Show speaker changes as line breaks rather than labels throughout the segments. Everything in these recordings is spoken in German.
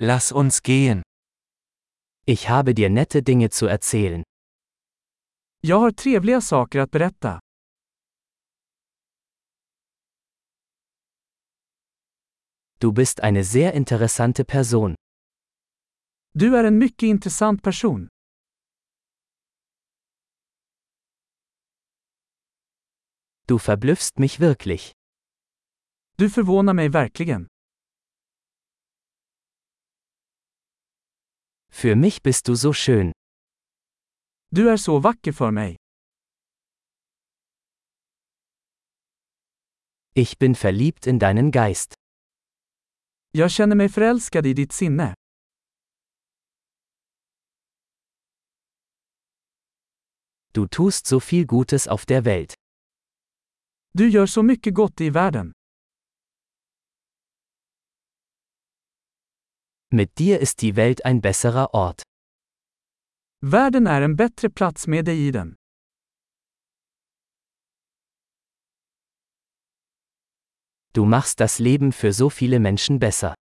Lass uns gehen.
Ich habe dir nette Dinge zu erzählen.
Jag har trevliga saker att berätta.
Du bist eine sehr interessante Person.
Du är en mycket intressant person.
Du verblüffst mich wirklich.
Du förvånar mig verkligen.
Für mich bist du so schön.
Du är så vacker för mig.
Ich bin verliebt in deinen Geist.
Jag känner mig förälskad i ditt sinne.
Du tust so viel Gutes auf der Welt.
Du gör så mycket gott i världen.
Mit dir ist die Welt ein besserer Ort.
Världen är en bättre plats med dig i den.
Du machst das Leben für so viele Menschen besser.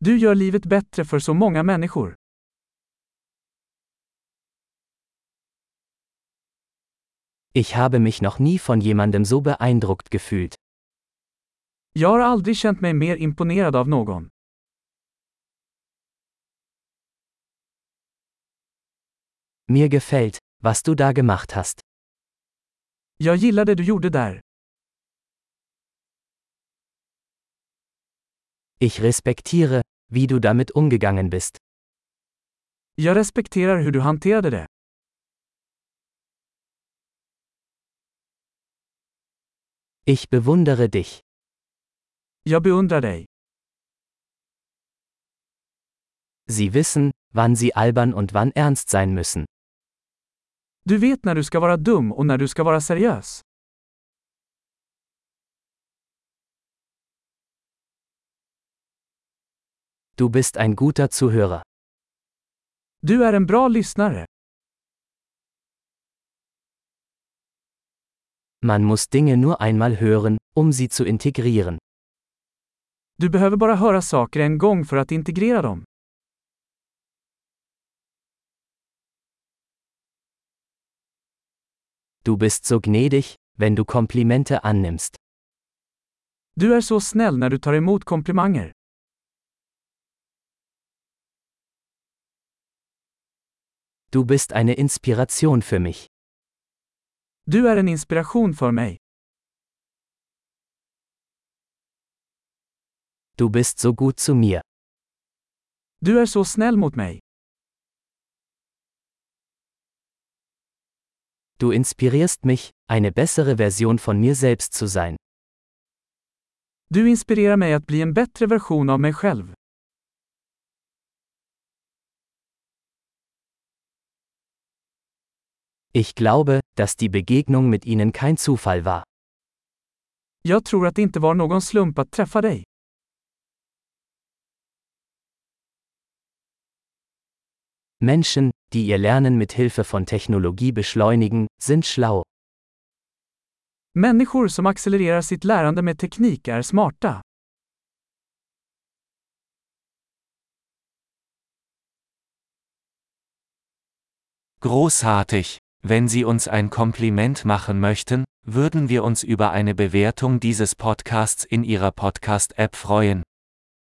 Du gör livet bättre för så många människor.
Ich habe mich noch nie von jemandem so beeindruckt gefühlt.
Jag har aldrig känt mig mer imponerad av någon.
Mir gefällt, was du da gemacht hast.
Jag gillar det du gjorde där.
Ich respektiere, wie du damit umgegangen bist.
Jag respekterar hur du hanterade det.
Ich bewundere dich.
Jag beundrar dig.
Sie wissen, wann sie albern und wann ernst sein müssen.
Du vet när du ska vara dum och när du ska vara seriös.
Du bist ein guter Zuhörer.
Du är en bra lyssnare.
Man muss Dinge nur einmal hören, um sie zu integrieren.
Du behöver bara höra saker en gång för att integrera dem.
Du bist so gnädig, wenn du Komplimente annimmst.
Du är så snäll när du tar emot komplimanger.
Du bist eine Inspiration für mich.
Du är en inspiration för mig.
Du bist so gut zu mir.
Du är så snäll mot mig.
Du inspirierst mich, eine bessere Version von mir selbst zu sein.
Du inspirerar mig att bli en bättre version av mig själv.
Ich glaube, dass die Begegnung mit ihnen kein Zufall war.
Jag tror att det inte var någon slump att träffa dig.
Menschen, die ihr Lernen mit Hilfe von Technologie beschleunigen, sind schlau.
Människor som accelererar sitt lärande med teknik är smarta.
Großartig! Wenn Sie uns ein Kompliment machen möchten, würden wir uns über eine Bewertung dieses Podcasts in Ihrer Podcast-App freuen.